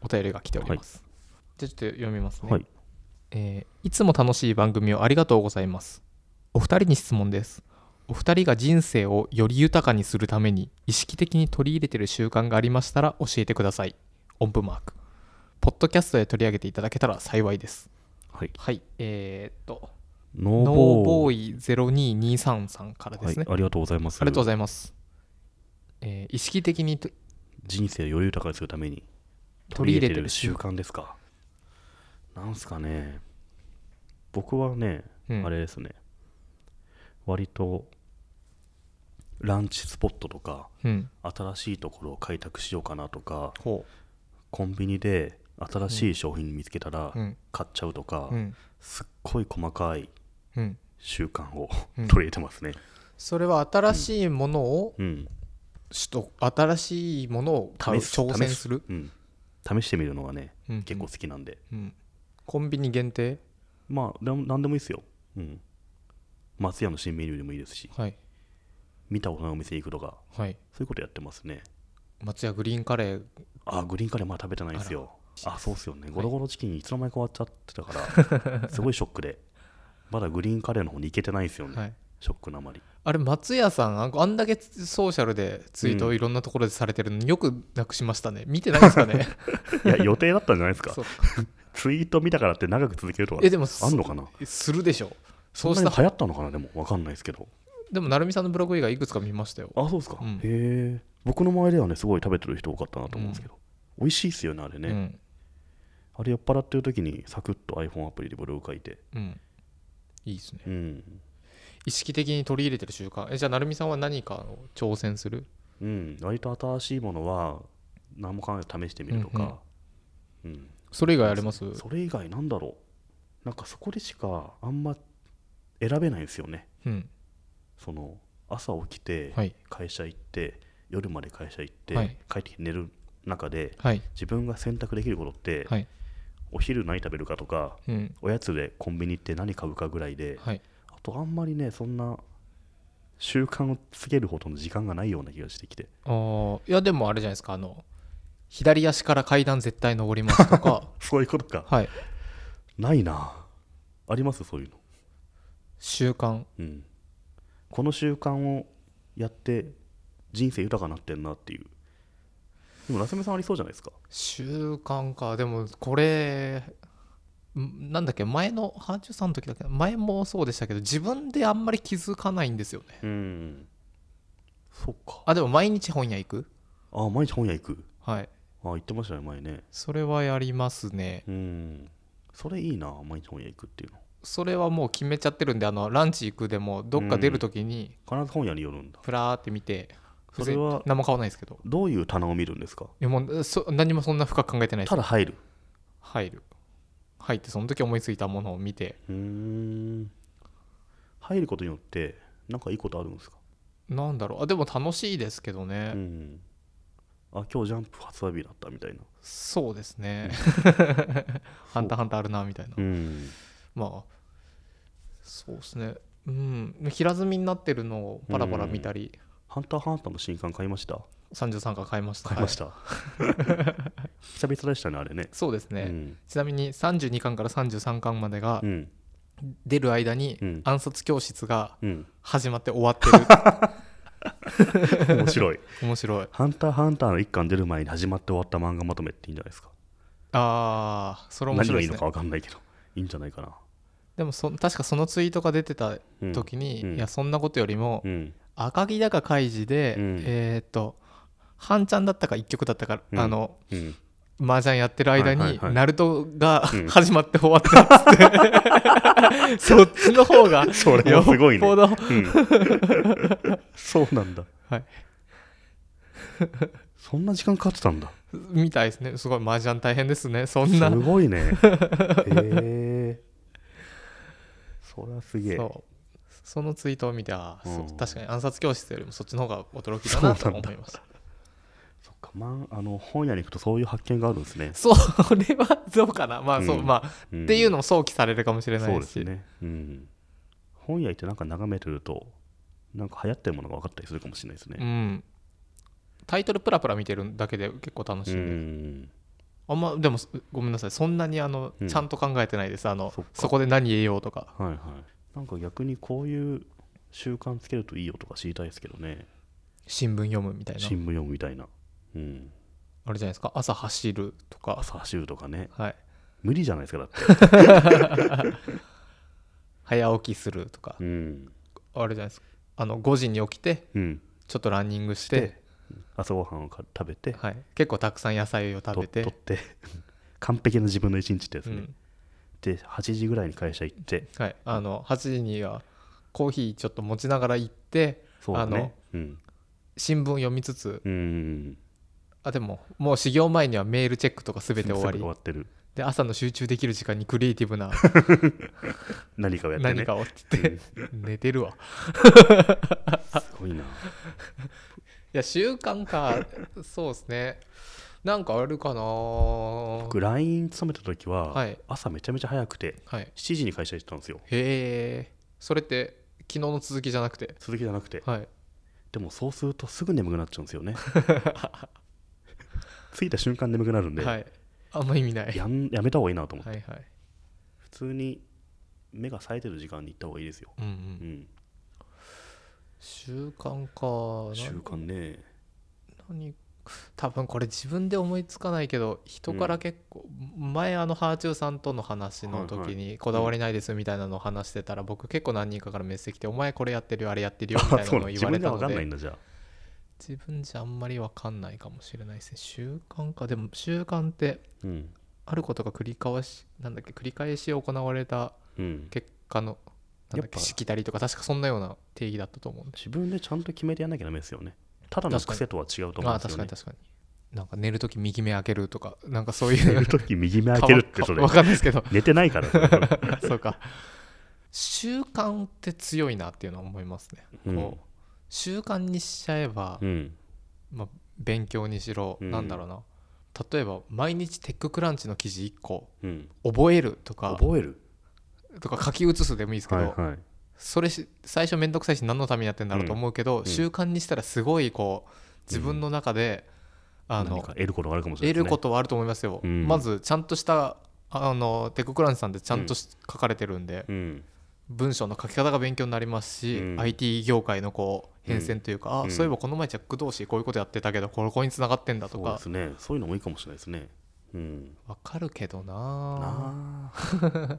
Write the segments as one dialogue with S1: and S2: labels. S1: お便りが来ております、じゃあちょっと読みますね、
S2: はい
S1: えーいつも楽しい番組をありがとうございますお二人に質問ですお二人が人生をより豊かにするために意識的に取り入れている習慣がありましたら教えてください音符マークポッドキャストで取り上げていただけたら幸いです
S2: はい
S1: はいえー、っと
S2: ノ
S1: ノー
S2: ー
S1: ボ
S2: ボー
S1: ー
S2: イ
S1: イ0223さんからですね、
S2: はい、ありがとうございます
S1: ありがとうございます、えー意識的にと
S2: 人生をより豊かにするために
S1: 取
S2: 取
S1: り入れ
S2: り入れ
S1: て
S2: て
S1: る
S2: る
S1: 習
S2: 習
S1: 慣
S2: 慣ですかなんすかね僕はね、
S1: うん
S2: あれですね割とランチスポットとか
S1: うん
S2: 新しいところを開拓しようかなとか
S1: ほ
S2: コンビニで新しい商品見つけたら
S1: ううん
S2: 買っちゃうとか、
S1: うん
S2: すっごい細かい
S1: うん
S2: 習慣を
S1: うん
S2: 取り入れてますね、
S1: それは新しいものを
S2: うん
S1: しと新しいものを買う
S2: 試す
S1: 挑戦する、
S2: うん、試してみるのがね
S1: うん
S2: 結構好きなんで、
S1: うんコンビニ限定
S2: まあなんなんでもいいですよ、うん、松屋の新メニューでもいいですし
S1: はい
S2: 見たことないお店行くとか
S1: はい
S2: そういうことやってますね
S1: 松屋グリーンカレー
S2: あグリーンカレーまだ食べてないんですよあそうっすよねゴロゴロチキンいつの間にか終わっちゃってたか らすごいショックでまだグリーンカレーの方に行けてないんですよね、
S1: はい
S2: ショックなあまり
S1: あれ松屋さんああんだけソーシャルでツイートをいろんなところでされてるのによくなくしましたね見てないですか ね
S2: いや予定だったんじゃないです か
S1: そう
S2: ツイート見たからって長く続けるとか
S1: えでも
S2: あんのかな
S1: するでしょそ
S2: そううし
S1: したた
S2: 流行ったのかなでも分かんないですけど
S1: でも成美さんのブログ以外いくつか見ましたよ
S2: あそうですか、
S1: うん
S2: へえ僕の周りではねすごい食べてる人多かったなと思うんですけど、美味しいっすよねあれね、
S1: うん
S2: あれ酔っ払ってる時にサクッと iPhone アプリでブログ書いて
S1: うんいいですね
S2: うん
S1: 意識的に取り入れてる習慣えじゃあ成美さんは何かを挑戦する
S2: うん割と新しいものは何も考えず試してみるとか、うん
S1: それ以外あります
S2: それ以外なんだろうなんかそこでしかあんま選べないんですよね
S1: うん
S2: その朝起きて
S1: はい
S2: 会社行って、夜まで会社行って、
S1: はい
S2: 帰ってきて寝る中で
S1: はい
S2: 自分が選択できることって、
S1: はい
S2: お昼何食べるかとか
S1: うん
S2: おやつでコンビニ行って何買うかぐらいで
S1: はい
S2: あとあんまりねそんな習慣をつけるほどの時間がないような気がしてきて
S1: あーいやでもあれじゃないですかあの左足から階段絶対登りますと か
S2: そういうことか
S1: はい
S2: ないなありますそういうの
S1: 習慣
S2: うんこの習慣をやって人生豊かになってんなっていうでも夏目さんありそうじゃないですか
S1: 習慣かでもこれんなんだっけ前の83の時だっけ前もそうでしたけど自分であんまり気づかないんですよね
S2: うんそっか
S1: あでも毎日本屋行く
S2: あ毎日本屋行く
S1: はい
S2: あ行ってましたね前ね
S1: それはやりますね
S2: うんそれいいな毎日本屋行くっていうの
S1: それはもう決めちゃってるんであのランチ行くでもどっか出る時に
S2: 必ず本屋に寄るんだ
S1: プラーって見て
S2: それは
S1: 別に何も買わないですけど
S2: どういう棚を見るんですか
S1: いやもうそ何もそんな深く考えてないです
S2: ただ入る
S1: 入る入ってその時思いついたものを見て
S2: うーん入ることによってなんかいいことあるんですか、
S1: なんだろうあでも楽しいですけど
S2: う
S1: ね、
S2: ん、あ今日ジャンプ発売日だったみたいな
S1: そうですね ハンターハンターあるなみたいな
S2: うん
S1: まあそうですねうん平積みになってるのをパラパラ見たり、
S2: 「ハンターハンター」の新刊買いました
S1: 33巻買いました、
S2: 買いました た、久々でしたねあれ
S1: は
S2: ね
S1: いそうですね、ちなみに32巻から33巻までが
S2: うんうん
S1: 出る間に
S2: うん
S1: 暗殺教室が
S2: うん、
S1: 始まって終わってる
S2: 面白 い
S1: 面白い
S2: 「ハンターハンター」の一巻出る前に始まって終わった漫画まとめっていいんじゃないですか
S1: ああそれ面
S2: 何
S1: 白
S2: がい
S1: い
S2: い
S1: で
S2: の
S1: す
S2: か
S1: ね
S2: 分かんないけどいいんじゃないかな
S1: でもそ確かそのツイートが出てた
S2: うん
S1: 時に、
S2: うん
S1: いやそんなことよりも、
S2: うん
S1: 赤木だか開示で、
S2: うん
S1: えーっと半ちゃんだったか一曲だったか、
S2: うん
S1: あの
S2: うん
S1: 麻雀やってる間に、
S2: はいはいはい
S1: ナルトが
S2: うん
S1: 始まって終わったっ つって、そっちの方が
S2: それもすごいね
S1: よっぽど、は
S2: うんそうなんだ
S1: い、
S2: そんな時間かかってたんだ
S1: みたいですねすごい麻雀大変ですねそんな
S2: す ごいねへえそりゃすげえ
S1: そうそのツイートを見てあーそう
S2: うん
S1: 確かに暗殺教室よりもそっちの方が驚きだなと
S2: そうなん
S1: 思
S2: だ
S1: いました
S2: そっかまああの本屋に行くとそういう発見があるんですね、
S1: そうれはどうかなまあそう、
S2: うん
S1: まあ、
S2: ん
S1: っていうのも想起されるかもしれな
S2: そう
S1: い
S2: で
S1: し
S2: すね、うん、本屋行ってなんか眺めてるとなんか流行ってるものが分かったりするかもしれないです
S1: う
S2: ね
S1: ん、タイトルプラプラ見てるだけで結構楽しい、
S2: うん
S1: あんまでもごめんなさいそんなにあの、
S2: うん
S1: ちゃんと考えてないですあの
S2: そっ
S1: そ
S2: か
S1: こで何言えようとか
S2: はいはいなんか逆にこういう習慣つけるといいよとか知りたいですけどね
S1: 新聞読むみたいな
S2: 新聞読むみたいな、うん、
S1: あれじゃないですか朝走るとか
S2: 朝走るとかね
S1: はい
S2: 無理じゃないですかだって、
S1: 早起きするとか、
S2: うん
S1: あれじゃないですかあの5時に起きて
S2: うん、
S1: ちょっとランニングして
S2: 朝ごはんをか食べて
S1: はい、結構たくさん野菜を食べて
S2: と取って 完璧な自分の一日ってやつね、
S1: うん
S2: で8時ぐらいに会社行って
S1: はい、あの8時にはコーヒーちょっと持ちながら行って
S2: そうだ
S1: あの
S2: ねうん
S1: 新聞読みつつ
S2: うん
S1: あでももう始業前にはメールチェックとか全て終わり
S2: 終わってる
S1: で朝の集中できる時間にクリエイティブな
S2: 何かをやってね
S1: 何かをって言って寝てるわ
S2: すごいない
S1: や習慣かそうですねなんかあるかな
S2: 僕 LINE 勤めた時
S1: は
S2: はい朝めちゃめちゃ早くて
S1: はいへ
S2: 7時に会社行ってたんですよ
S1: えそれって昨日の続きじゃなくて
S2: 続きじゃなくて
S1: はい
S2: でもそうするとすぐ眠くなっちゃうんです よね着いた瞬間眠くなるんで、
S1: はいあんま意味ない
S2: やんやめた方がいいなと思って、
S1: はいはい
S2: 普通に目が冴えてる時間に行った方がいいですよ、
S1: うんう
S2: うんん、
S1: 習慣か
S2: 習慣ね
S1: 何多分これ自分で思いつかないけど人から結構、前あのハーチューさんとの話の時にこだわりないですみたいなのを話してたら、僕結構何人かからメッセージ来て「お前これやってるよあれやってるよ」みたいな
S2: そう
S1: のを
S2: なの
S1: 言
S2: 自
S1: われ
S2: 分で
S1: た
S2: は
S1: の
S2: 分かんない
S1: で
S2: んだじゃあ
S1: 自分じゃあんまり分かんないかもしれないですね習慣かでも習慣って
S2: うん
S1: あることが繰り返しなんだっけ繰り返し行われた
S2: うん
S1: 結果のなんだ
S2: や
S1: っ
S2: っぱ
S1: けしきたりとか確かそんなような定義だったと思うんで
S2: 自分でちゃんと決めてやんなきゃダメですよねただの癖とは違うと思
S1: あ
S2: うん
S1: あ
S2: で
S1: 確
S2: すよ
S1: かに
S2: ね
S1: 確かになんか寝る時右目開けるとかなんかそうい
S2: 寝
S1: う
S2: るとき右目開けるってそれ
S1: わかんないですけど
S2: 寝てないからそれ
S1: そうか習慣って強いなっていうのは思いますね、こう習慣にしちゃえば、
S2: うん
S1: まあ、勉強にしろ、
S2: うん
S1: なんだろうな例えば毎日テッククランチの記事1個
S2: うん
S1: 覚えるとか
S2: 覚える
S1: とか書き写すでもいいですけど、
S2: はいはい
S1: それし最初めんどくさいし何のためにやってんだろうと思うけど、
S2: ん
S1: 習慣にしたらすごいこう自分の中で、あ
S2: 何
S1: の
S2: か得ることがあるかもしれ
S1: 得
S2: ないです
S1: る
S2: ね
S1: ことはあると思いますよ、
S2: うん
S1: まずちゃんとしたあのテッククランチさんってちゃんとし書かれてるんで、
S2: うん
S1: 文章の書き方が勉強になりますし、
S2: うん
S1: IT 業界のこう変遷というか、
S2: うん
S1: あそういえばこの前ジャック同士こういうことやってたけどこれここに繋がってんだと
S2: そうで
S1: か
S2: すねそういうのもいいかもしれないですねうん
S1: わかるけどな
S2: なあ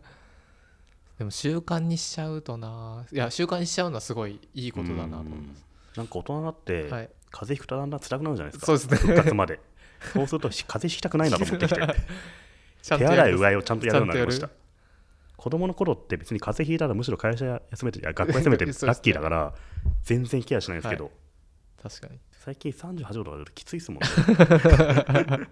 S1: でも習慣にしちゃうとないや習慣にしちゃうのはすごいいい
S2: い
S1: ことだなと思います、
S2: なんか大人になって
S1: は
S2: 風
S1: い
S2: 邪ひくとだんだん辛くなるじゃないですか
S1: そうですね
S2: 復活までそうするとし風邪ひきたくないなと思ってきて
S1: ち
S2: 手
S1: ゃんと
S2: 洗い
S1: や
S2: う
S1: る
S2: がいをちゃんとやるようになりまし
S1: ちゃ
S2: た
S1: んと
S2: 子供の頃って別に風邪ひいたらむしろ会社休めていや学校休めて ラ
S1: そうですね
S2: ッキーだから全然ケアしないんですけど、
S1: 確かに
S2: 最近38度とか出るときついですもんね